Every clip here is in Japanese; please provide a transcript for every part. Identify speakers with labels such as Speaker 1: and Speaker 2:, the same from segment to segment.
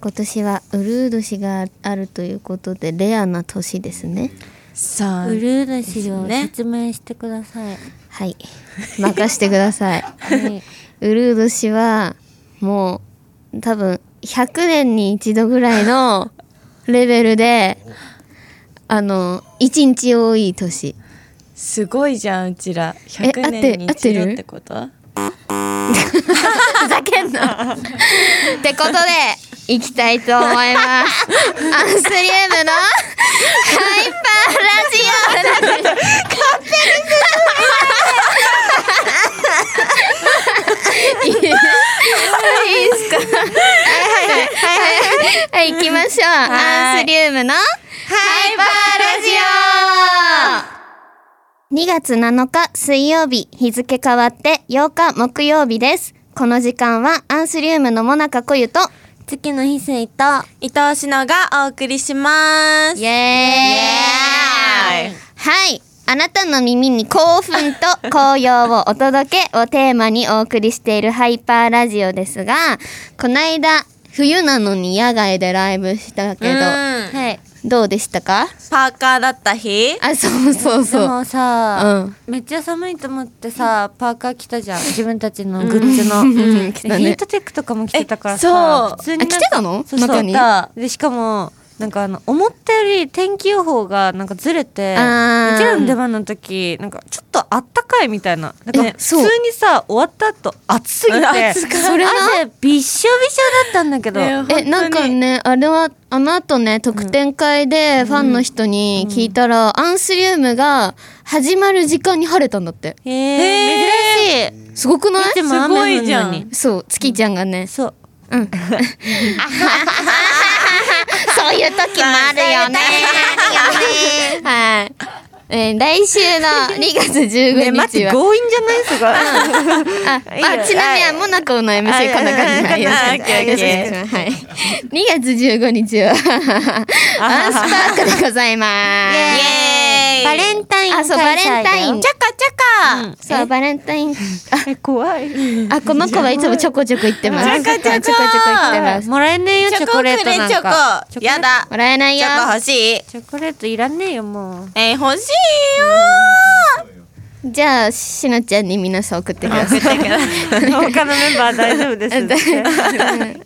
Speaker 1: 今年はウルード氏があるということでレアな年ですね
Speaker 2: さあ
Speaker 3: ウルーヌ氏
Speaker 2: です
Speaker 3: を
Speaker 2: ね
Speaker 3: 説明してく ださい。
Speaker 1: はい任してください
Speaker 3: はい、
Speaker 1: ウルード氏はもう多分100年に一度ぐらいのレベルであの一日多い年
Speaker 2: すごいじゃんうちら
Speaker 1: え合
Speaker 2: 100
Speaker 1: って
Speaker 2: 年に一度ってこと
Speaker 1: ふざけんなってことでいきたいと思いますアンスリウムのハイパーラジオはい、行きましょう。アンスリウムのハイパーラジオ !2 月7日水曜日、日付変わって8日木曜日です。この時間はアンスリウムのもなかこゆと、
Speaker 3: 月の翡翠と
Speaker 2: 伊藤しのがお送りします
Speaker 1: イエーイはい。あなたの耳に興奮と 紅葉をお届けをテーマにお送りしているハイパーラジオですが、この間、冬なのに野外でライブしたけど、
Speaker 2: うん
Speaker 1: はい。どうでしたか
Speaker 2: パーカーだった日
Speaker 1: あ、そうそう
Speaker 3: で
Speaker 1: そう。
Speaker 3: もさ、
Speaker 1: うん
Speaker 3: めっちゃ寒いと思ってさパーカー着たじゃん自分たちのグッズの、
Speaker 1: うん着たね
Speaker 3: ヒートテックとかも着てたから
Speaker 2: え
Speaker 3: さ
Speaker 2: そう
Speaker 3: 普通になんか
Speaker 1: あ着てたの
Speaker 3: そうそう
Speaker 1: 中に
Speaker 3: でしかもなんかあの思ったより天気予報がなんかずれてうち
Speaker 1: あー
Speaker 3: らの出番の時なんかちょっとあったかいみたいななんか
Speaker 1: え
Speaker 3: 普通
Speaker 1: そう
Speaker 3: にさ終わった後暑すぎて
Speaker 2: うん暑かった
Speaker 3: それ汗びっしょびしょだったんだけど、
Speaker 2: ね
Speaker 1: えなんかねあれはあの後ね特典会でファンの人に聞いたら、アンスリウムが始まる時間に晴れたんだって
Speaker 3: へ
Speaker 1: えー、すごくない
Speaker 3: いつも
Speaker 2: すごい
Speaker 3: 雨
Speaker 2: じ
Speaker 3: 降
Speaker 2: ゃ
Speaker 3: るの
Speaker 2: ん
Speaker 3: に
Speaker 1: そう月ちゃんがね、
Speaker 3: そう
Speaker 1: そういう時もあるよねはい、えー来週の2月15
Speaker 2: ね待っ
Speaker 1: 日
Speaker 2: て
Speaker 1: は、
Speaker 2: 強引じゃないす ごい
Speaker 1: あ、
Speaker 2: いいよ
Speaker 1: あちなみにモナコの MC
Speaker 2: あ
Speaker 1: こんな感じ
Speaker 2: あ
Speaker 1: はいよろしく
Speaker 2: オッケーオッケ
Speaker 1: よろしくはい2月15日 はアンスパークでございます
Speaker 2: イエーイ
Speaker 3: バレンタイン
Speaker 1: あそうバ
Speaker 3: 開催だ
Speaker 1: レ
Speaker 3: よ
Speaker 1: ンタイン
Speaker 2: チャカチャカ、
Speaker 3: うん
Speaker 1: そうバレンタイン
Speaker 3: え怖い
Speaker 1: ああこの子はいつもちょこちょこ行ってます
Speaker 2: ちょこち
Speaker 1: ち
Speaker 2: ょこ
Speaker 1: ょこ行ってます
Speaker 3: もらえねえよチョコレートなんか
Speaker 2: チョコくれチョコやだ
Speaker 1: もらえない
Speaker 2: チ
Speaker 1: よ
Speaker 2: ョコ欲しい
Speaker 3: チョコレートいらねえよも う
Speaker 2: えー、欲し
Speaker 1: じゃあしのちゃんに皆さん送ってください
Speaker 2: いよ
Speaker 3: 他のメンバー大丈夫です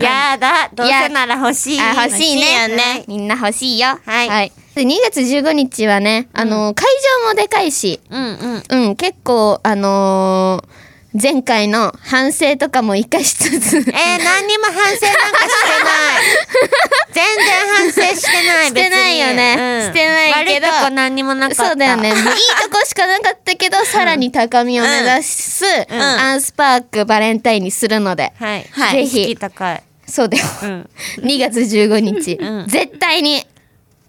Speaker 3: やだどうせなら欲しい
Speaker 1: あ欲しいねみんな欲しいよはい、で2月15日はねあの、会場もでかいし
Speaker 3: うんうん
Speaker 1: うん結構あのー前回の反省とかも生かしつつ
Speaker 3: えー、何にも反省なんかしてない 全然反省してない
Speaker 1: してないよねしてないけど
Speaker 3: 悪いとこ何にもなかった
Speaker 1: そうだよね。いいとこしかなかったけど、さらに高みを目指す、アンスパークバレンタインにするので。
Speaker 3: はい、
Speaker 1: はい
Speaker 3: 意識高い
Speaker 1: そうだよ。
Speaker 3: うん
Speaker 1: 2月15日、
Speaker 3: うん
Speaker 1: 絶対に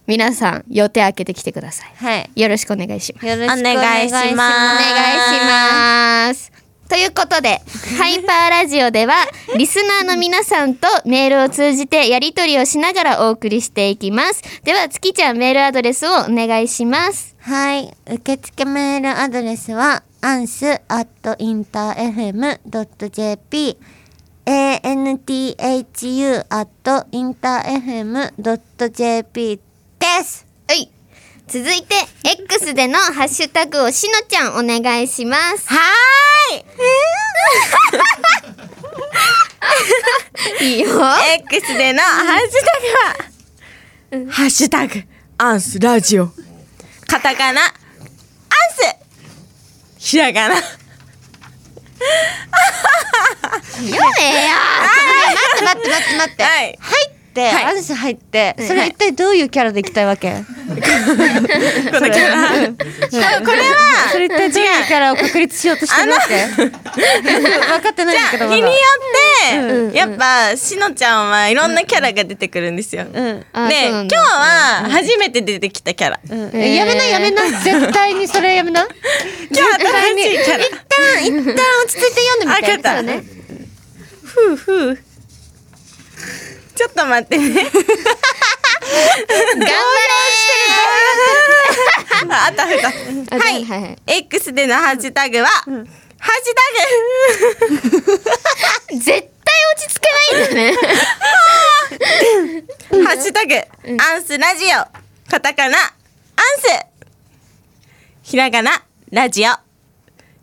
Speaker 1: 皆さん予定開けてきてくださ
Speaker 3: はい
Speaker 1: い。よろしくお願いします。
Speaker 3: よろしくお
Speaker 2: お
Speaker 3: 願
Speaker 2: 願
Speaker 3: い
Speaker 2: い
Speaker 3: し
Speaker 2: し
Speaker 3: ま
Speaker 2: ますす
Speaker 1: お願いします。ということで、 ハイパーラジオでは、リスナーの皆さんとメールを通じてやりとりをしながらお送りしていきます。では、月ちゃんメールアドレスをお願いします。
Speaker 3: はい。受付メールアドレスは、a n s i n t e r f m j p anthu interfm.jp です。
Speaker 1: はい。続いて、X でのハッシュタグをしのちゃんお願いします。
Speaker 3: はーい
Speaker 1: いいよ。
Speaker 2: X でのハッシュタグは、ハッシュタグ、アンスラジオ。カタカナ、アンス。ひらがな。
Speaker 1: よねや。待って待って待って待って。
Speaker 2: はい。
Speaker 3: で、
Speaker 2: はい
Speaker 3: アンス入って、
Speaker 1: ん
Speaker 3: それ一体どういうキャラでいきたいわけ
Speaker 2: このキャラ。これ
Speaker 3: そ
Speaker 2: は、
Speaker 3: れ一体どういうキャラを確立しようとしてるわけ分か ってないんだけど、まだ
Speaker 2: 日によって、やっぱ、しのちゃんはいろんなキャラが出てくるんですよ。で、
Speaker 3: うん。
Speaker 1: あ
Speaker 2: 今
Speaker 1: そうなん
Speaker 2: 日
Speaker 1: だ
Speaker 2: は初めて出てきたキャラ。今
Speaker 3: うんえやめなやめな絶対にそれやめな一
Speaker 2: 日新しいキャラ。
Speaker 3: 旦一旦落ち着いて読んでみ
Speaker 2: あ、
Speaker 3: て
Speaker 2: かった。ふうふう。ちょっと待って ね。
Speaker 1: 頑張
Speaker 2: あったあった。
Speaker 1: れー。はいはいはい。
Speaker 2: X でのハッシュタグは、ハッシュタグ
Speaker 1: 絶対落ち着けないんだね。
Speaker 2: ハッシュタグ、アンスラジオ。カタカナ、アンス。ひらがな、ラジオ。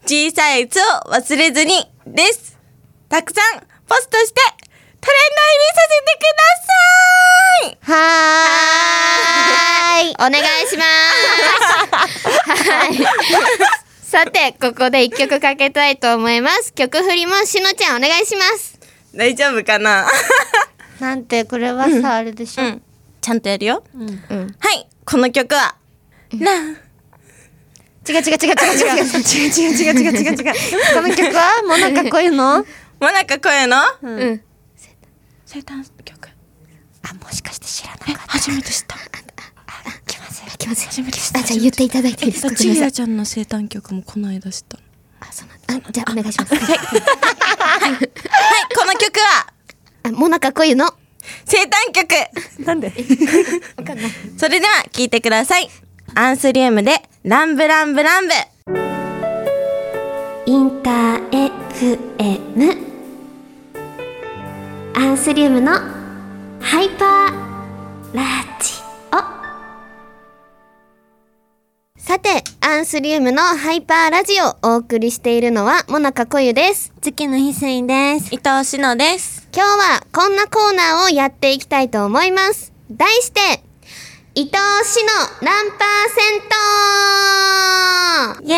Speaker 2: 小さい「つ」を忘れずに、です。たくさん、ポストして、トレンド入りさせてください
Speaker 3: はーい。
Speaker 1: お願いします。はい。 さて、ここで一曲かけたいと思います。曲振りもしのちゃんお願いします。
Speaker 2: 大丈夫かな
Speaker 3: なんてこれはさあれでしょ。
Speaker 2: ん。ちゃんとやるよ。
Speaker 1: うん。
Speaker 2: はい、この曲は、な、
Speaker 3: 違う違う違う違う違う違う違う違う違う違う違う。この曲はもうなんかこういうの？あ
Speaker 2: もなかこういうの
Speaker 1: うん。
Speaker 2: 生誕曲。
Speaker 3: もしかして知らない。
Speaker 2: え、初めて 知った。
Speaker 3: 来ません。
Speaker 1: 気持ち
Speaker 2: 初めて知っ
Speaker 1: あ、じゃあ言っていただいていいですか。ごめんなさい
Speaker 2: ちゃんの生誕曲もこの間知った。
Speaker 1: あ、そうなん。あ、じゃあお願いします。
Speaker 2: はい、この曲は、
Speaker 1: あ、もなかこういうの。
Speaker 2: 生誕曲 なんでそれでは聴いてください。アンスリウムで、ランブランブランブ。
Speaker 4: インター FM アンスリウムのハイパーラジ
Speaker 1: さて、アンスリウムのハイパーラジオをお送りしているのはもなかこゆです。
Speaker 3: 月のひすいです。
Speaker 2: 伊藤しのです。
Speaker 1: 今日はこんなコーナーをやっていきたいと思います。題して、伊藤氏の何パーセント
Speaker 2: イ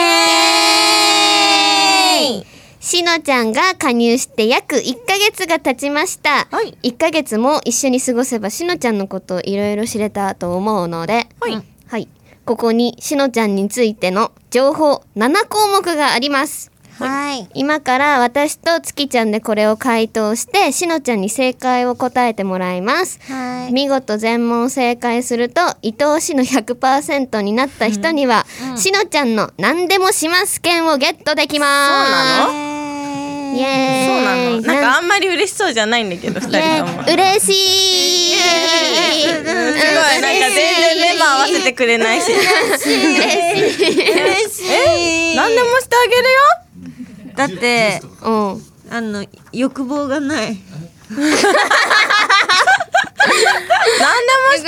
Speaker 2: エーイ
Speaker 1: しのちゃんが加入して約1ヶ月が経ちました、
Speaker 2: はい
Speaker 1: 1ヶ月も一緒に過ごせばしのちゃんのことをいろいろ知れたと思うので、
Speaker 2: はい
Speaker 1: うんはい、ここにしのちゃんについての情報7項目があります
Speaker 3: はい。
Speaker 1: 今から私と月ちゃんでこれを回答してしのちゃんに正解を答えてもらいます、
Speaker 3: はい。
Speaker 1: 見事全問正解すると伊藤氏の100%になった人には、しのちゃんの何でもします券をゲットできます
Speaker 2: そうなの
Speaker 1: イエ
Speaker 2: そうな
Speaker 1: ー
Speaker 2: の
Speaker 1: イ
Speaker 2: なんかあんまり嬉しそうじゃないんだけど、二人とも。すごい、
Speaker 1: 嬉しいすごい
Speaker 2: なんか全然メンバー合わせてくれないし。
Speaker 1: 嬉しい
Speaker 2: 嬉しい。え何でもしてあげるよ
Speaker 3: だって
Speaker 1: うん
Speaker 3: あの欲望がない。
Speaker 2: 何でもして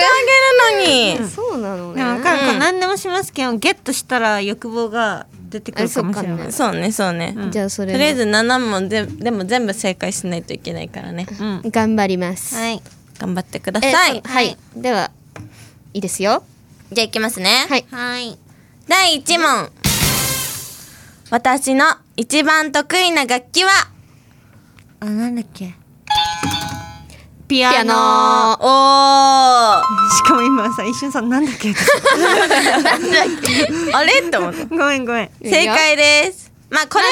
Speaker 2: あげるのに。
Speaker 1: そうなの
Speaker 3: で
Speaker 1: ね
Speaker 3: もかんこ何でもしますけどゲットしたら欲望が出てくるかもしれ
Speaker 1: あそ
Speaker 3: な
Speaker 1: っ
Speaker 3: い。
Speaker 2: そうね、そうね。
Speaker 1: じゃあそ
Speaker 2: とりあえ
Speaker 1: れ
Speaker 2: ず7問ででも全部正解しないといけないからね、
Speaker 3: うん。
Speaker 1: 頑張ります
Speaker 3: はい。
Speaker 2: 頑張ってくだ
Speaker 1: え
Speaker 2: さい
Speaker 1: そうはいではいいですよ
Speaker 2: じゃあいきますね、
Speaker 1: はい
Speaker 3: はい。
Speaker 2: 第1問私の一番得意な楽器は
Speaker 3: あなんだっけ。
Speaker 1: ピ
Speaker 3: ピ
Speaker 1: アノ
Speaker 2: おー
Speaker 3: しかも今さ一瞬さなんだっけ。
Speaker 2: あれって思った
Speaker 3: ごめんごめん。
Speaker 2: 正解ですまあこれは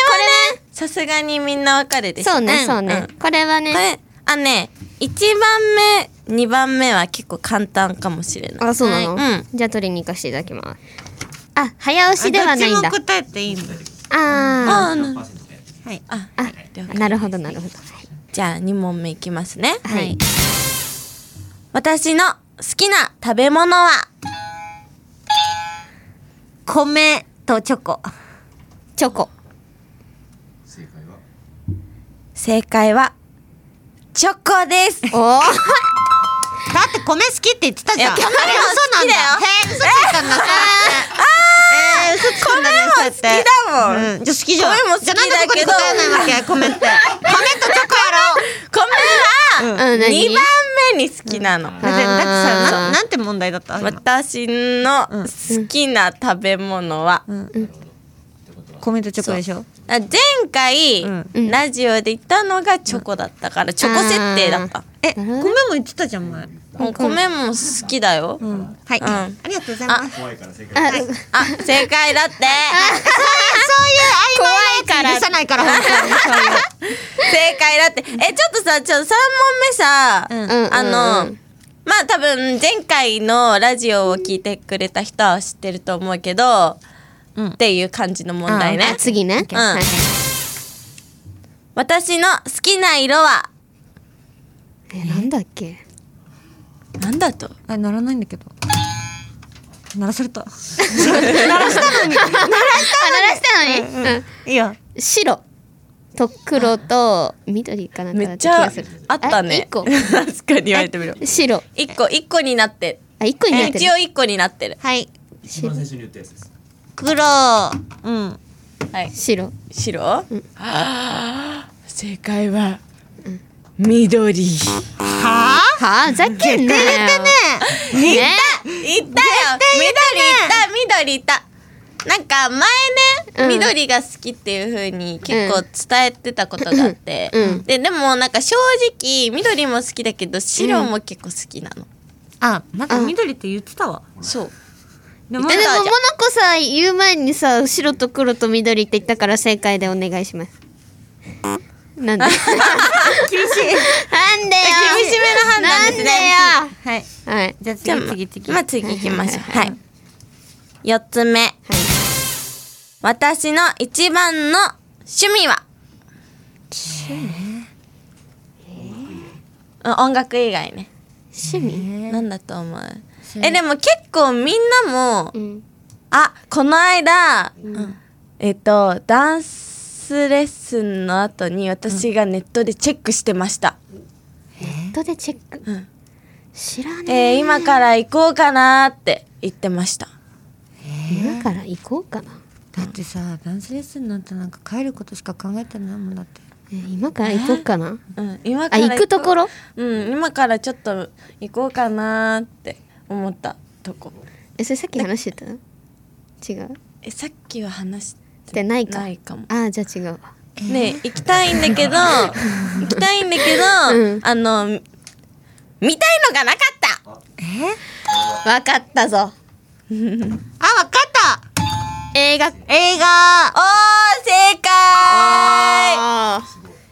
Speaker 2: ねさすがにみんなわかるでしょ
Speaker 1: そうね
Speaker 2: ん
Speaker 1: そうねこれは
Speaker 2: うんこ
Speaker 1: ね
Speaker 2: れあね1番目2番目は結構簡単かもしれない
Speaker 1: あそうなの
Speaker 2: はいうん
Speaker 1: じゃあ取りに行かせていただきますあ早押しではないん
Speaker 3: ど
Speaker 1: だ
Speaker 3: っちも答えていいんだ。
Speaker 1: あ
Speaker 2: あな
Speaker 3: はい。
Speaker 2: あ
Speaker 1: ー
Speaker 2: 了
Speaker 1: あ
Speaker 2: 解
Speaker 1: なるほどなるほど
Speaker 2: じゃあ2問目いきますね
Speaker 1: はい。
Speaker 2: 私の好きな食べ物は
Speaker 3: 米とチョコ。
Speaker 1: チョコ
Speaker 2: 正解はチョコです。
Speaker 1: おー
Speaker 3: だって米好きって言ってたじゃん。
Speaker 2: いや米も好きだよ
Speaker 3: えー嘘ついたんだ。えー嘘ついたんだね。そうやって
Speaker 2: 好きだもん
Speaker 3: うんじゃあ好きじゃん。
Speaker 2: 米も好きだけど
Speaker 3: じゃあなんでここに答えないわけ 米って。米とチョコ
Speaker 2: 米は
Speaker 1: うん何
Speaker 2: 2番目に好きなの。
Speaker 3: やろ。だってだってさ
Speaker 1: あ
Speaker 3: な
Speaker 1: ー
Speaker 3: なんて問題だった。今
Speaker 2: 私の好きな食べ物は、
Speaker 3: 米とチョコでしょ。
Speaker 2: あ前回、
Speaker 1: ん
Speaker 2: ラジオで言ったのがチョコだったから、チョコ設定だった。
Speaker 3: え
Speaker 1: るほど
Speaker 3: 米も
Speaker 1: ね
Speaker 3: 言ってたじゃん前。
Speaker 2: もう米も好きだよ。
Speaker 3: うんはい。
Speaker 2: うん
Speaker 3: ありがとうございます。そういう
Speaker 1: あ
Speaker 2: あ正解だって
Speaker 3: 曖昧なやつ許さないから本
Speaker 2: 正解だってえちょっとさちょっと3問
Speaker 1: う
Speaker 2: 目さ、
Speaker 3: 当に。
Speaker 1: んうん
Speaker 2: あの、まあ多分前回のラジオを聞いてくれた人は知ってると思うけど、
Speaker 3: うん
Speaker 2: っていう感じの問題ね
Speaker 1: あ。次ね
Speaker 2: うん
Speaker 1: はい
Speaker 2: 私の好きな色は、
Speaker 1: えなんだっけ
Speaker 2: なんだと
Speaker 3: あ鳴らないんだけど。鳴らされた。
Speaker 1: あ、鳴らしたのに。
Speaker 3: いいよ。
Speaker 1: 白。と黒と緑かなんかだっ
Speaker 2: めっ
Speaker 1: 気
Speaker 2: たち
Speaker 1: が
Speaker 2: ゃ
Speaker 1: する
Speaker 2: あったね
Speaker 1: え一個
Speaker 2: 確かに言われてみろ
Speaker 1: 白
Speaker 2: 一個一個になって
Speaker 1: あ一個になってる
Speaker 2: 一応一個になってる
Speaker 3: はい
Speaker 5: 一番最初に言ったやつです。
Speaker 3: 黒うん
Speaker 2: はい
Speaker 1: 白
Speaker 2: 白、はあ正解は緑いったよ
Speaker 1: はあざけんなよね
Speaker 2: 緑いた緑いたなんか前ね、
Speaker 1: うん
Speaker 2: 緑が好きっていう風に結構伝えてたことがあって、
Speaker 1: うん
Speaker 2: ででもなんか正直緑も好きだけど白も結構好きなの、
Speaker 3: あなんか緑って言ってたわ
Speaker 2: そう
Speaker 3: で
Speaker 1: え
Speaker 3: も
Speaker 1: でもモノコさ言う前にさ白と黒と緑って言ったから正解でお願いします なんで厳しいなんでよ
Speaker 2: 厳しめの判断ですね
Speaker 1: なんで
Speaker 3: はい
Speaker 1: よはい
Speaker 3: じゃあ
Speaker 2: じゃあ
Speaker 3: 次次次
Speaker 2: まあ次行きましょうはい四つ目、私の一番の趣味はうん音楽以外ね
Speaker 1: 趣味
Speaker 2: なんだと思う
Speaker 3: 味
Speaker 2: えでも結構みんなも
Speaker 1: うん
Speaker 2: あこの間、えっとダンスレッスンの後に私がネットでチェックしてました、
Speaker 1: 後でチェック
Speaker 2: うん
Speaker 1: 知らね
Speaker 2: えー今から行こうかなって言ってました
Speaker 1: え今から行こうかな
Speaker 3: だってさダンスレッスンなんてなんか帰ることしか考えてないもんだって
Speaker 1: え今から行こうかな
Speaker 2: うん、今
Speaker 1: あ
Speaker 2: から
Speaker 1: 行くところ
Speaker 2: うん今からちょっと行こうかなーって思ったとこ
Speaker 1: えそれさっき話してた違う
Speaker 2: えさっきは話し
Speaker 1: してないか
Speaker 2: ないかも
Speaker 1: あーじゃあ違うわ
Speaker 2: ねえ行きたいん だけど行きたいんだけど、
Speaker 1: うん
Speaker 2: あの見たいのがなかった
Speaker 1: わかったぞ
Speaker 3: あわかった
Speaker 1: 映画
Speaker 3: 映画
Speaker 2: おー正解
Speaker 1: あ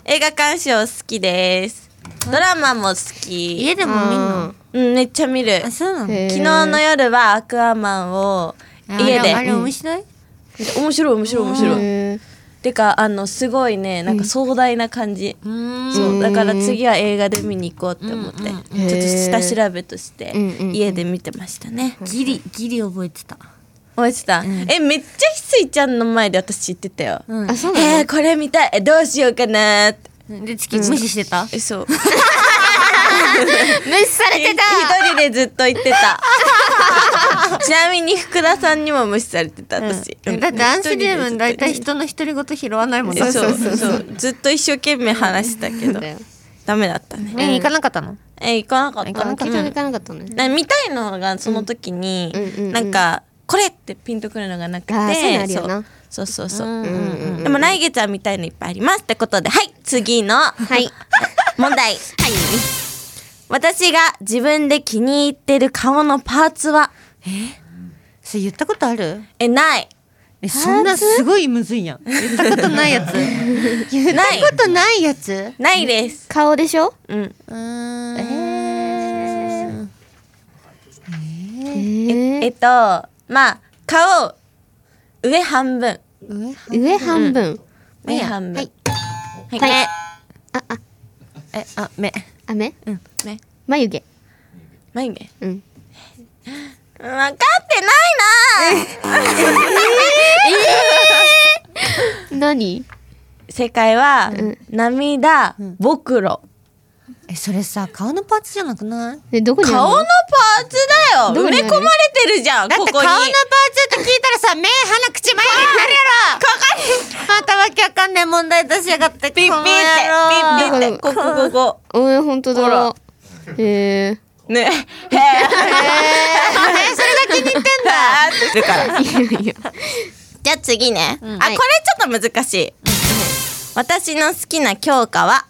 Speaker 2: 映画鑑賞好きですドラマも好き
Speaker 3: 家でも見んの
Speaker 2: うんめっちゃ見る
Speaker 3: あそうなの
Speaker 1: へー
Speaker 2: 昨日の夜はアクアマンを
Speaker 3: あ
Speaker 2: 家で
Speaker 3: あれ面白い
Speaker 2: 面白い面白い面白い
Speaker 1: へー
Speaker 2: てかあのすごいねなんか壮大な感じ、
Speaker 3: うん
Speaker 2: そうだから次は映画で見に行こうって思って、ちょっと
Speaker 1: ん
Speaker 2: 下調べとして
Speaker 1: うんうんうん
Speaker 2: 家で見てましたね、
Speaker 3: ギリギリ覚えてた
Speaker 2: 覚えてた、えめっちゃひすいちゃんの前で私言ってたよ、
Speaker 3: うん
Speaker 1: あそうなの
Speaker 2: えー、これ見たいえどうしようかなーって
Speaker 3: で月無視してた
Speaker 2: えそう
Speaker 1: 無視されてた
Speaker 2: 一人でずっと言ってた ちなみに福田さんにも無視されてた私、
Speaker 3: だってダンスゲーム大体人の独り言拾わないもん
Speaker 2: そう
Speaker 3: ね
Speaker 2: そうそうそうずっと一生懸命話してたけど
Speaker 1: だよ
Speaker 2: ダメだったね
Speaker 3: え行かなかったの
Speaker 2: え行かなかった
Speaker 1: あ結局行かなかったね
Speaker 2: な見たいのがその時に、
Speaker 1: うんうんうんうん
Speaker 2: なんかこれってピンとくるのがなくて
Speaker 1: あーそういうのあるよな
Speaker 2: そうそうそうそう、
Speaker 1: うん
Speaker 2: でも来月は見たいのいっぱいありますってことではい次の
Speaker 1: はい
Speaker 2: 問題はい私が自分で気に入ってる顔のパーツは
Speaker 3: それ言ったことある
Speaker 2: えない
Speaker 3: えそんなすごいむずいやん 言ったことない やつ言った
Speaker 2: ない
Speaker 3: ことないやつ
Speaker 2: ないです
Speaker 1: 顔でしょ
Speaker 2: うん
Speaker 3: うーん
Speaker 1: えー
Speaker 2: えっとまあ顔上半分
Speaker 3: 上
Speaker 1: 上
Speaker 3: 半
Speaker 1: 半分
Speaker 2: 上半分
Speaker 1: はい
Speaker 2: は
Speaker 1: は
Speaker 2: い、
Speaker 1: い
Speaker 2: ね
Speaker 1: ああ
Speaker 3: えあ目
Speaker 1: あ目
Speaker 2: ね
Speaker 1: 眉毛
Speaker 2: 眉毛
Speaker 1: うん
Speaker 2: 分かってないな
Speaker 1: 何
Speaker 2: 正解は、涙ぼくろ
Speaker 3: えそれさ顔のパーツじゃなくない
Speaker 1: えどこにある
Speaker 2: 顔のパーツだ
Speaker 1: ど
Speaker 2: よ
Speaker 1: こ
Speaker 2: 埋
Speaker 1: に
Speaker 2: め
Speaker 1: あ
Speaker 2: 込
Speaker 1: る
Speaker 2: まれてるじゃんここに
Speaker 3: ツって聞いたらさ目鼻口眉毛になる やろここにまたわけわかんない問題出しやがって
Speaker 2: ピッピ
Speaker 3: この野郎
Speaker 2: ッてピッピッてここここ
Speaker 1: おー本当
Speaker 2: ほ
Speaker 1: だ
Speaker 2: ら
Speaker 1: へえ
Speaker 2: こねへえそれが気に入ってんだって言ってるからじゃあ次ねあこれ
Speaker 1: はい
Speaker 2: ちょっと難しい私の好きな教科は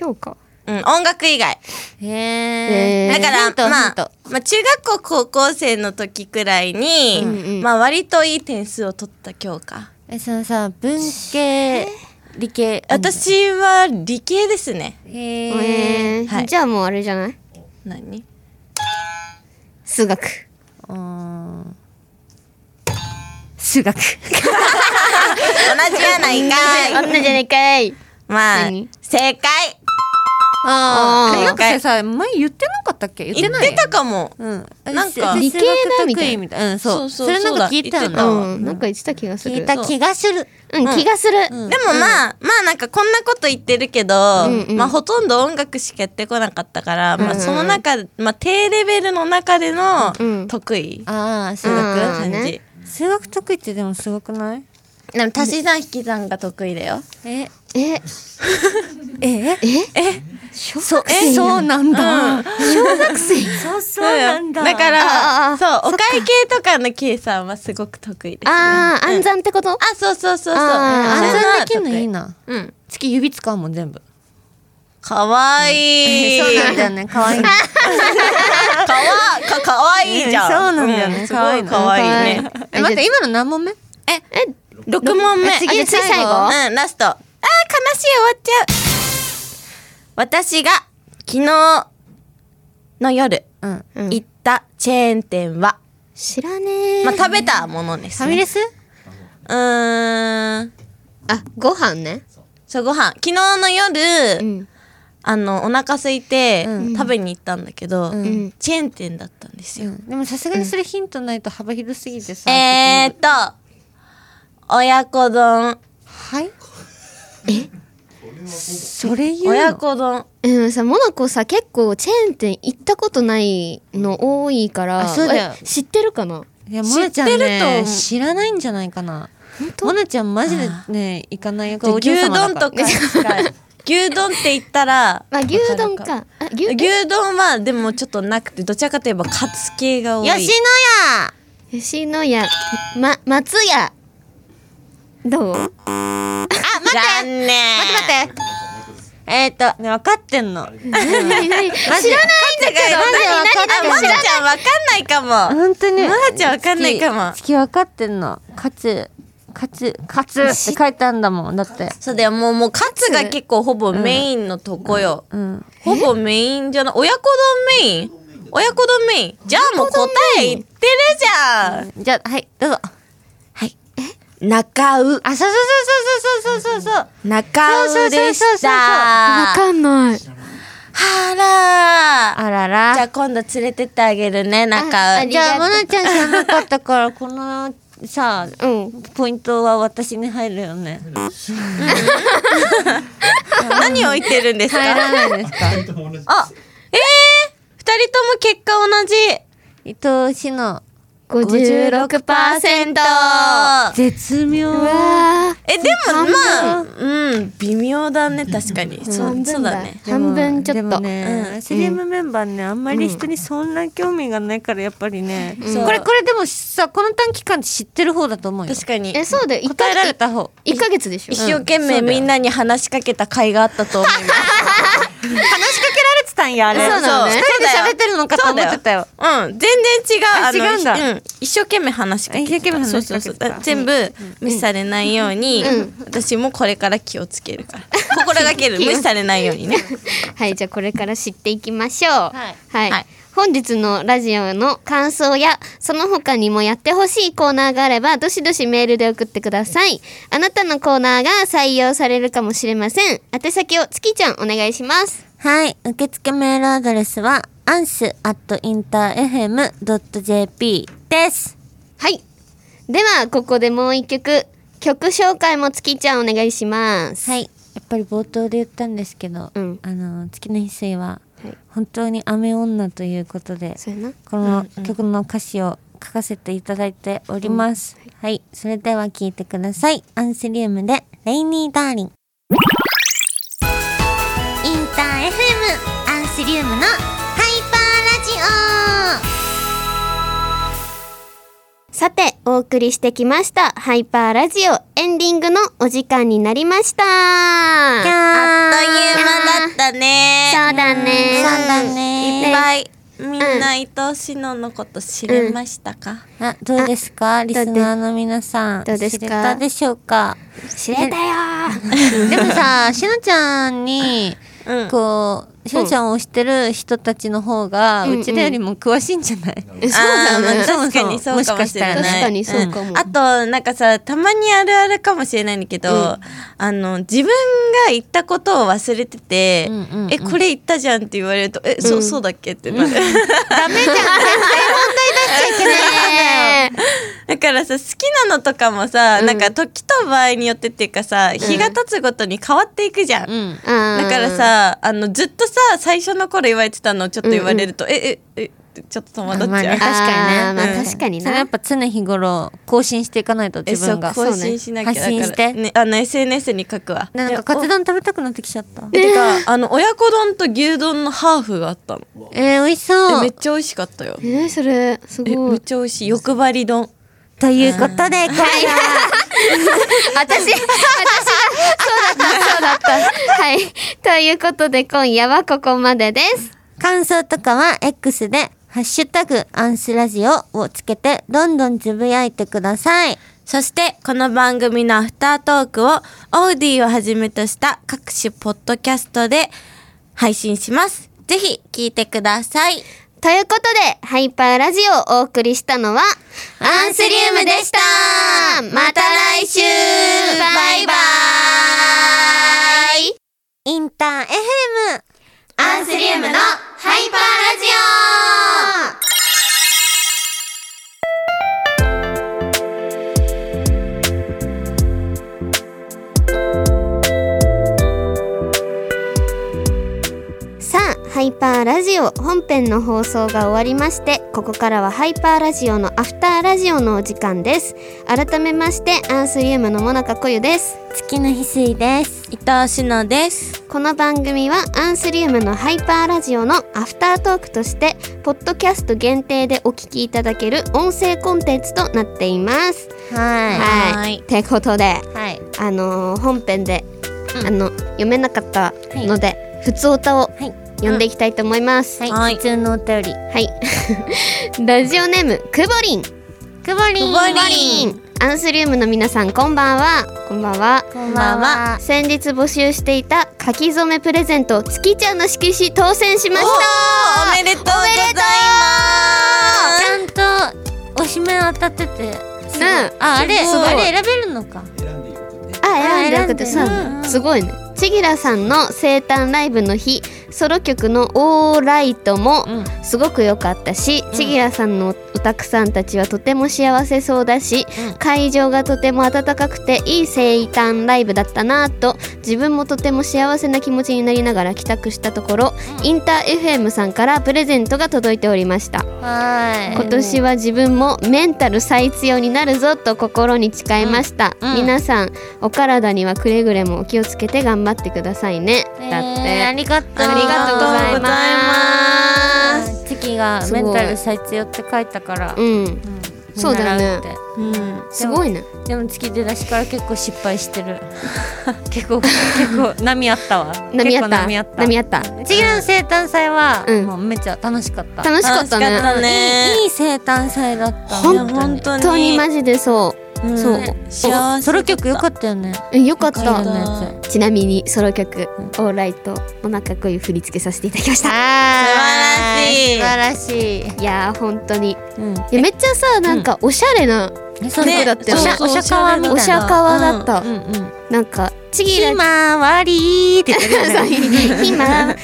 Speaker 1: 今日か
Speaker 2: うん音楽以外
Speaker 3: へ
Speaker 1: え
Speaker 3: え
Speaker 2: だから、
Speaker 3: ヒント
Speaker 2: ま
Speaker 3: ヒン
Speaker 2: あ
Speaker 3: ト、
Speaker 2: まあ中学校高校生の時くらいに、
Speaker 1: んうん
Speaker 2: まあ割といい点数を取った教科
Speaker 3: えそのさ文系理系
Speaker 2: 私は理系ですね
Speaker 3: へえ
Speaker 1: え
Speaker 2: は
Speaker 1: ー
Speaker 2: い
Speaker 1: じゃあもうあれじゃない
Speaker 2: 何
Speaker 1: 数学
Speaker 3: うん数学
Speaker 2: 同じやないかい
Speaker 1: あんなじゃねえかい
Speaker 2: まあ
Speaker 1: 何
Speaker 2: 正解
Speaker 3: あ
Speaker 2: ー
Speaker 3: ーなんかささ前言ってなかったっけ言って
Speaker 2: 言っ
Speaker 3: ない
Speaker 2: てたかも
Speaker 3: うん
Speaker 2: なんか
Speaker 3: 理系だみたいなうん
Speaker 2: そ
Speaker 3: そうう
Speaker 2: そ
Speaker 3: そうれなんか聞いたよ
Speaker 2: そうだ
Speaker 3: な
Speaker 1: うん、なんか言ってた気がする
Speaker 3: 聞いた気がする
Speaker 1: うん、気がする、
Speaker 3: うん
Speaker 2: でもまあ、まあなんかこんなこと言ってるけど、
Speaker 1: んうん
Speaker 2: まあほとんど音楽しかやってこなかったから、まあその中、まあ低レベルの中での
Speaker 1: うん
Speaker 2: 得意
Speaker 3: ああ数
Speaker 1: うん
Speaker 3: 学
Speaker 2: な感じ、
Speaker 1: ね
Speaker 3: 数学得意ってでもすごくない
Speaker 2: でも足し算引き算が得意だよ。
Speaker 3: え
Speaker 1: え
Speaker 3: ええ
Speaker 2: え、
Speaker 3: そうえそうなんだ小学生そうそうなんだ
Speaker 2: だか
Speaker 1: あ
Speaker 2: ら、
Speaker 1: あ
Speaker 2: そう、お会計とかの計算はすごく得意です。あ、
Speaker 1: あー暗算ってこと
Speaker 2: そうそうそうそう。
Speaker 1: あ
Speaker 3: 暗
Speaker 1: ー
Speaker 3: 算できるのいいな
Speaker 1: うん
Speaker 3: 月指使うもん全部
Speaker 2: かわいい。
Speaker 3: そうなんだよね可愛いの
Speaker 2: かわ、か、かわいいじゃん。
Speaker 3: そうなんだよね
Speaker 2: うすごいかわいいね。
Speaker 3: え待って今の何問目
Speaker 1: え
Speaker 2: 六問目。
Speaker 1: あ次
Speaker 2: あじゃあ
Speaker 1: 次最後
Speaker 2: うん、ラスト。あー、悲しい終わっちゃう。私が昨日の夜
Speaker 3: うん
Speaker 1: うん
Speaker 2: 行ったチェーン店は、
Speaker 1: 知らねえ、
Speaker 2: まあ食べたものです、
Speaker 3: ファミレ
Speaker 2: ね。
Speaker 3: ス
Speaker 2: うーん。
Speaker 1: あご飯ね
Speaker 2: そうご飯昨日の夜、
Speaker 1: うん
Speaker 2: あのお腹空いて、
Speaker 3: うん
Speaker 2: 食べに行ったんだけど、
Speaker 1: ん
Speaker 2: チェーン店だったんですよ、
Speaker 3: でもさすがにそれヒントないと幅広すぎてさ
Speaker 2: えーっと親子丼
Speaker 3: はいえそれ言う
Speaker 2: 親
Speaker 3: の
Speaker 2: 子丼
Speaker 1: でもさモナコさ結構チェーン店行ったことないの多いから
Speaker 3: あそうだよ
Speaker 1: え知ってるかない
Speaker 3: やモナちゃん
Speaker 2: 知ってると思う
Speaker 3: ね知らないんじゃないかなモナちゃんマジでね行かないよお
Speaker 2: 牛
Speaker 3: 嬢様だ
Speaker 2: 丼
Speaker 3: から
Speaker 2: とかしか 牛丼って言ったら
Speaker 1: あ牛丼かあ牛
Speaker 2: 牛丼はでもちょっとなくてどちらかといえばカツ系が多い
Speaker 3: 吉野家
Speaker 1: 吉野家ま松屋どう
Speaker 3: あ待って
Speaker 2: 残念
Speaker 3: 待って待ってえーっとね分かってんの
Speaker 1: 何何何知らないんだけど
Speaker 3: マジでわかんない
Speaker 2: あまなちゃんわかんないかも
Speaker 3: 本当
Speaker 2: マ
Speaker 3: に
Speaker 2: ナちゃんわかんないかも
Speaker 3: 月月分かってんのカツカツカツって書いてあんだもんだって
Speaker 2: そうだよもうもうカツが結構ほぼメインのとこよ、
Speaker 3: うん
Speaker 2: ほぼメインじゃない親子丼メイン親子丼メインじゃあもう答え言ってるじゃん
Speaker 3: じゃあはいどうぞ
Speaker 2: 中う
Speaker 3: あそうそうそうそうそうそうそうそう
Speaker 2: 中うで
Speaker 3: そうそうそうそう
Speaker 2: し
Speaker 3: そうそう
Speaker 2: た
Speaker 1: わ
Speaker 2: は
Speaker 1: かんない
Speaker 2: あら
Speaker 3: あら
Speaker 2: じゃあ
Speaker 3: ら
Speaker 2: 今度連れてってあげるね中う
Speaker 3: じゃあモナちゃん知らなかったからこのさ
Speaker 1: うん
Speaker 3: ポイントは私に入るよね
Speaker 2: 何を言ってるんです
Speaker 3: 入
Speaker 2: から
Speaker 3: ないです か
Speaker 5: とも同じ
Speaker 2: あええー、二人とも結果同じ
Speaker 3: 伊藤氏の
Speaker 1: 五十六パーセント
Speaker 3: 絶妙
Speaker 1: わ
Speaker 2: えでもまあうん微妙だね確かに、そうそうだね
Speaker 1: ー半分ちょっ
Speaker 3: で
Speaker 1: と、
Speaker 3: もね、
Speaker 2: うん
Speaker 3: SDM メンバーねあんまり人にそんな興味がないからやっぱりね、
Speaker 2: そう
Speaker 3: これこれでもさこの短期間知ってる方だと思うよ
Speaker 2: 確かに
Speaker 1: えそうだよ一
Speaker 3: 答えられ
Speaker 1: 回
Speaker 3: た方
Speaker 1: 一ヶ月でしょ
Speaker 2: 一生懸命みんなに話しかけた甲斐があったと思います。
Speaker 3: 話しかけられてたんやあれ
Speaker 2: そうなのね
Speaker 3: 一人で喋ってるのかと思ってたよ
Speaker 2: うん、全然違う。
Speaker 3: あ
Speaker 2: あの
Speaker 3: 違うんだ
Speaker 2: うん、一生懸命話しかけてた。
Speaker 3: 一生懸命話しか
Speaker 2: そ
Speaker 3: けてた
Speaker 2: うそうそうだ全部無視されないように、私もこれから気をつけるから。心がける。無視されないようにね。
Speaker 1: はい、じゃあこれから知っていきましょう。はいい。
Speaker 2: はい
Speaker 1: 本日のラジオの感想やその他にもやってほしいコーナーがあればどしどしメールで送ってくださいあなたのコーナーが採用されるかもしれません宛先を月ちゃんお願いします
Speaker 3: はい受付メールアドレスはアンスアットインター FM.jp です
Speaker 1: はいではここでもう一曲曲紹介も月ちゃんお願いします
Speaker 3: はいやっぱり冒頭で言ったんですけど、
Speaker 1: うん
Speaker 3: あの月の翡翠は
Speaker 1: はい
Speaker 3: 本当に雨女ということで、
Speaker 1: そうやな
Speaker 3: この曲の歌詞を書かせていただいております。はい、それでは聴いてください。アンセリウムでレイニーダーリン。インター FM アンセリウムのハイパーラジ
Speaker 1: さてお送りしてきましたハイパーラジオエンディングのお時間になりました
Speaker 3: オ。
Speaker 2: あっと
Speaker 3: あ
Speaker 2: いう間だったね。
Speaker 1: そうだね
Speaker 3: そうだ
Speaker 2: いっ
Speaker 3: ね。
Speaker 2: ぱい。みんな伊藤志乃のこと知れましたか、
Speaker 3: あ、どうですか、リスナーの皆さん。
Speaker 1: どうですか
Speaker 3: 知れたでしょうか。
Speaker 1: 知れたよー
Speaker 3: でもさ、しのちゃんに
Speaker 2: うん
Speaker 3: こうしゅんちゃんを推してる人たちの方が、
Speaker 1: うん
Speaker 3: うちらよりも詳しいんじゃない、
Speaker 1: えそうだね、
Speaker 2: あーまあ確かにそうかもしれない。
Speaker 1: もしかしたらね確かにそうかも
Speaker 2: んあと、なんかさ、たまにあるあるかもしれないんだけど、
Speaker 1: うん
Speaker 2: あの、自分が言ったことを忘れてて、
Speaker 3: うんうんうん
Speaker 2: え、これ言ったじゃんって言われると、え、そう、そうだっけってなる。
Speaker 1: ダメじゃん絶対問題になっちゃいけないね
Speaker 2: だからさ、好きなのとかもさ、
Speaker 1: うん
Speaker 2: なんか時と場合によってっていうかさ、日が経つごとに変わっていくじゃん。
Speaker 3: うん
Speaker 2: だからさ、あの、ずっとさ、最初の頃言われてたのをちょっと言われると、え、え、え、ちょっと戸惑っちゃう。
Speaker 3: まあ
Speaker 1: 確
Speaker 3: ね
Speaker 1: かにね
Speaker 3: あー
Speaker 1: まあ
Speaker 2: うん
Speaker 1: 確かに
Speaker 3: そ
Speaker 1: な
Speaker 3: れやっぱ常日頃更新していかないと
Speaker 2: え
Speaker 3: 自分が
Speaker 2: そう更新しなきゃ
Speaker 3: 発信し
Speaker 2: だから
Speaker 3: て、
Speaker 2: ね、あの SNS に書くわ
Speaker 3: なんかカツ丼食べたくなってきちゃった
Speaker 2: えてかあの親子丼と牛丼のハーフがあったの
Speaker 3: えー、美味し
Speaker 2: え
Speaker 3: そ
Speaker 2: め
Speaker 3: う
Speaker 2: っちゃ美味しかったよ
Speaker 1: えー、それす
Speaker 2: え
Speaker 1: ご
Speaker 2: めっ
Speaker 1: い
Speaker 2: ちゃ美味しい欲張り丼
Speaker 3: ということで今回は
Speaker 1: 私私はそうだったそうだったはいということで今夜はここまでです
Speaker 3: 感想とかは X で「ハッシュタグアンスラジオ」をつけてどんどんつぶやいてください
Speaker 2: そしてこの番組のアフタートークをオーディをはじめとした各種ポッドキャストで配信しますぜひ聞いてください
Speaker 1: ということでハイパーラジオをお送りしたのはアンスリウムでしたまた来週バイバイ
Speaker 3: インター FM
Speaker 1: アンスリウムのハイパーラジオさあハイパーラジオ本編の放送が終わりましてここからはハイパーラジオのアフターラジオのお時間です改めましてアンスリウムのもなかこゆです
Speaker 3: 月の翡翠です
Speaker 2: 伊藤志乃です
Speaker 1: この番組はアンスリウムのハイパーラジオのアフタートークとしてポッドキャスト限定でお聞きいただける音声コンテンツとなっています
Speaker 3: は
Speaker 2: はい
Speaker 1: はいてことで
Speaker 3: いはい
Speaker 1: あのー本編で、
Speaker 3: うん
Speaker 1: あの読めなかったので、普通歌を
Speaker 3: はい
Speaker 1: 読んでいきたいと思います、
Speaker 3: はい、
Speaker 2: はい
Speaker 3: 普通のお便り
Speaker 1: はい。 ラジオネームくぼりん。
Speaker 3: くぼりん
Speaker 2: くぼりん
Speaker 1: アンスリウムの皆さんこんばんは。こんばんは。
Speaker 3: こんば
Speaker 2: ば
Speaker 3: ん
Speaker 2: ん
Speaker 3: は
Speaker 2: は
Speaker 1: 先日募集していた書き初めプレゼント月ちゃんの色紙当選しまし
Speaker 2: おーおめでとうございます
Speaker 3: ちゃんとおしめ当たってて
Speaker 1: た。ねえ。
Speaker 3: ああれ
Speaker 2: すごい
Speaker 3: あれ選べるのか
Speaker 5: 選んでいくね。
Speaker 1: あ選んでよかった
Speaker 3: 選んでる
Speaker 1: そうすごいね。ちぎらさんの生誕ライブの日ソロ曲の「オーライト」も
Speaker 3: うん
Speaker 1: すごく良かったし、
Speaker 3: ん
Speaker 1: ちぎらさんのオタクさんたちはとても幸せそうだし、
Speaker 3: うん
Speaker 1: 会場がとても温かくていい生誕ライブだったなぁと自分もとても幸せな気持ちになりながら帰宅したところ、インター FM さんからプレゼントが届いておりました
Speaker 3: はい
Speaker 1: 今年は自分もメンタル再強になるぞと心に誓いました、
Speaker 3: うんうん
Speaker 1: 皆さんお体にはくれぐれもお気をつけて頑張ってくださいね、だって
Speaker 3: えーありがとう
Speaker 1: ありがとうございます
Speaker 3: す月がメンタル最強って書いたから、
Speaker 1: うんそうだよね
Speaker 3: 見習うっ
Speaker 2: うん
Speaker 1: すごいね
Speaker 3: てでも月出だしから結構失敗して る結構結構波あったわ
Speaker 1: 波あった
Speaker 3: 結構波あった
Speaker 1: 波あった
Speaker 3: 次の生誕祭は、
Speaker 1: うん
Speaker 3: もうめっちゃ楽しかった
Speaker 1: 楽しかったね
Speaker 2: 楽しかったね
Speaker 3: いいいい生誕祭だった
Speaker 1: ほん
Speaker 2: いや本当
Speaker 1: 本
Speaker 2: に
Speaker 1: 当にマジでそうう、
Speaker 2: ん
Speaker 1: そう
Speaker 2: 幸せ
Speaker 3: ソロ曲良かったよね
Speaker 1: えよかっ
Speaker 3: いろん
Speaker 1: た
Speaker 3: なや
Speaker 1: ちなみにソロ曲「オーライト」お腹こういう振り付けさせていただきまし
Speaker 3: つ
Speaker 1: た
Speaker 2: ー
Speaker 3: 素晴らし
Speaker 1: い
Speaker 3: い
Speaker 1: やー本当にい
Speaker 3: うん
Speaker 1: やめっちゃさなんかおしゃれな、
Speaker 3: えそうね
Speaker 2: ね
Speaker 3: だって
Speaker 1: そう
Speaker 2: そう
Speaker 3: おしゃわみたいな
Speaker 1: おしゃかわだった、
Speaker 3: うんうん
Speaker 1: なんかちぎら
Speaker 3: ひまわりーって言ってるよね
Speaker 1: ひまわらない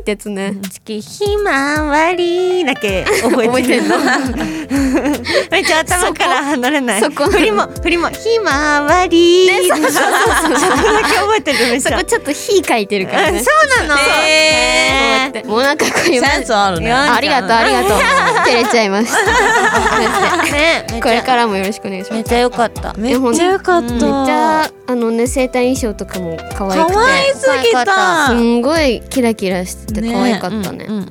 Speaker 1: ってやつね
Speaker 3: 月ひまわりだけ覚えてるの めっちゃ頭から離れない
Speaker 1: そこ
Speaker 3: 振り も振りもひまわりーそこだけ覚えてるめっち
Speaker 1: そ
Speaker 3: ゃ
Speaker 1: こちょっと火書いてるから
Speaker 3: うん
Speaker 1: ね
Speaker 3: そうなの
Speaker 2: え
Speaker 3: え
Speaker 1: もうなんかこういう
Speaker 2: センスあるね。
Speaker 1: ありがとうありがとう照れちゃいました
Speaker 3: ーねめっちゃ
Speaker 1: これからもよろしくお願いし
Speaker 3: め
Speaker 1: ま
Speaker 3: っ
Speaker 1: す
Speaker 3: ちゃ良かった
Speaker 1: えほんとめっ
Speaker 2: よかった。めっち
Speaker 1: ちゃあのね生体衣装とかも可愛くて
Speaker 2: 可愛すぎた。
Speaker 1: すんごいキラキラしてて
Speaker 2: ね
Speaker 1: 可愛かった
Speaker 3: う
Speaker 1: ね
Speaker 3: んう
Speaker 1: う
Speaker 3: ん
Speaker 1: ん、っ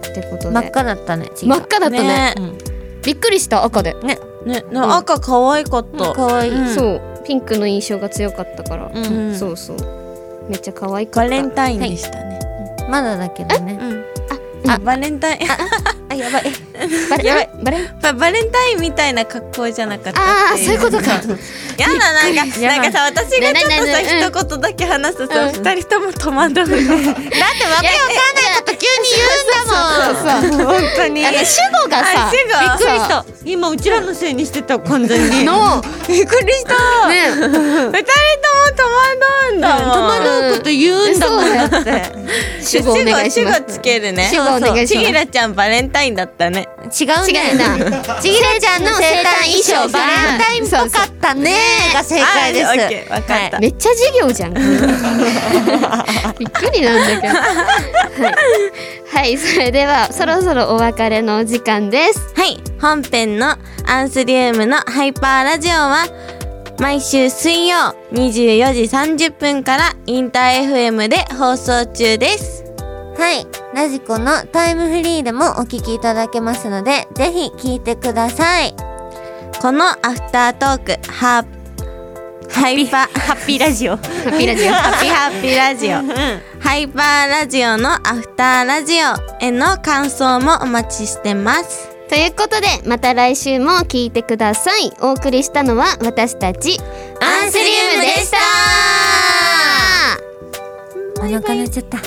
Speaker 1: てことで
Speaker 3: 真っ赤だったね
Speaker 1: 真っ赤だったね
Speaker 2: ね
Speaker 3: うん
Speaker 1: びっくりした赤で、
Speaker 3: ね
Speaker 2: ね、なんか赤可愛かった。
Speaker 3: 可愛い
Speaker 2: うん
Speaker 1: そうピンクの印象が強かったから、
Speaker 3: うん
Speaker 2: ん
Speaker 1: そうそうめっちゃ可愛か
Speaker 2: バ
Speaker 1: った
Speaker 2: レンタインでしたね。
Speaker 3: まだだけどね
Speaker 2: うん。
Speaker 1: あ
Speaker 2: あ、バレンタイン。
Speaker 3: あやばい
Speaker 1: バレバレバレ
Speaker 2: ババレンタインみたいな格好じゃなかった
Speaker 1: ああ
Speaker 2: って
Speaker 1: そういうことか
Speaker 2: やだなんか
Speaker 1: やだ
Speaker 2: なんかさ私がちょっと
Speaker 1: ねねねね
Speaker 2: さ一言だけ話すと
Speaker 1: うん
Speaker 2: 二人とも戸惑うだってわけわかんないこと急
Speaker 1: そうそうそう
Speaker 2: に言う本当に
Speaker 1: あの主語がさ
Speaker 2: あ主語
Speaker 1: びっくりした
Speaker 3: 今うちらのせいにしてた完全 に
Speaker 1: の
Speaker 2: びっくりした
Speaker 1: ね
Speaker 2: 二人とも戸惑うんだもん
Speaker 3: 戸惑うこと言うんだもんだって
Speaker 1: 主語お願いします
Speaker 2: 主語つけるね
Speaker 1: 主語お願いし
Speaker 2: ち
Speaker 1: ます
Speaker 2: ぎらちゃんバレンタインだったね
Speaker 3: 違うね
Speaker 1: 違うなちぎれちゃんの生誕衣装
Speaker 3: バレンタインっぽかったねが正解です
Speaker 2: あオッケーわかった
Speaker 1: めっちゃ授業じゃん。 びっくりなんだけど。はい、はい、それではそろそろお別れのお時間です。
Speaker 2: はい本編のアンスリウムのハイパーラジオは毎週水曜24時30分からインター FM で放送中です
Speaker 3: はいラジコのタイムフリーでもお聞きいただけますのでぜひ聞いてください
Speaker 2: このアフタートークハハイパーハッピーラジオ
Speaker 1: ハッピーラジオ。
Speaker 2: ハッピーハッピーラジオハイパーラジオのアフターラジオへの感想もお待ちしてます
Speaker 1: ということでまた来週も聞いてください。お送りしたのは私たちアンスリウムでした。
Speaker 3: お腹鳴っちゃった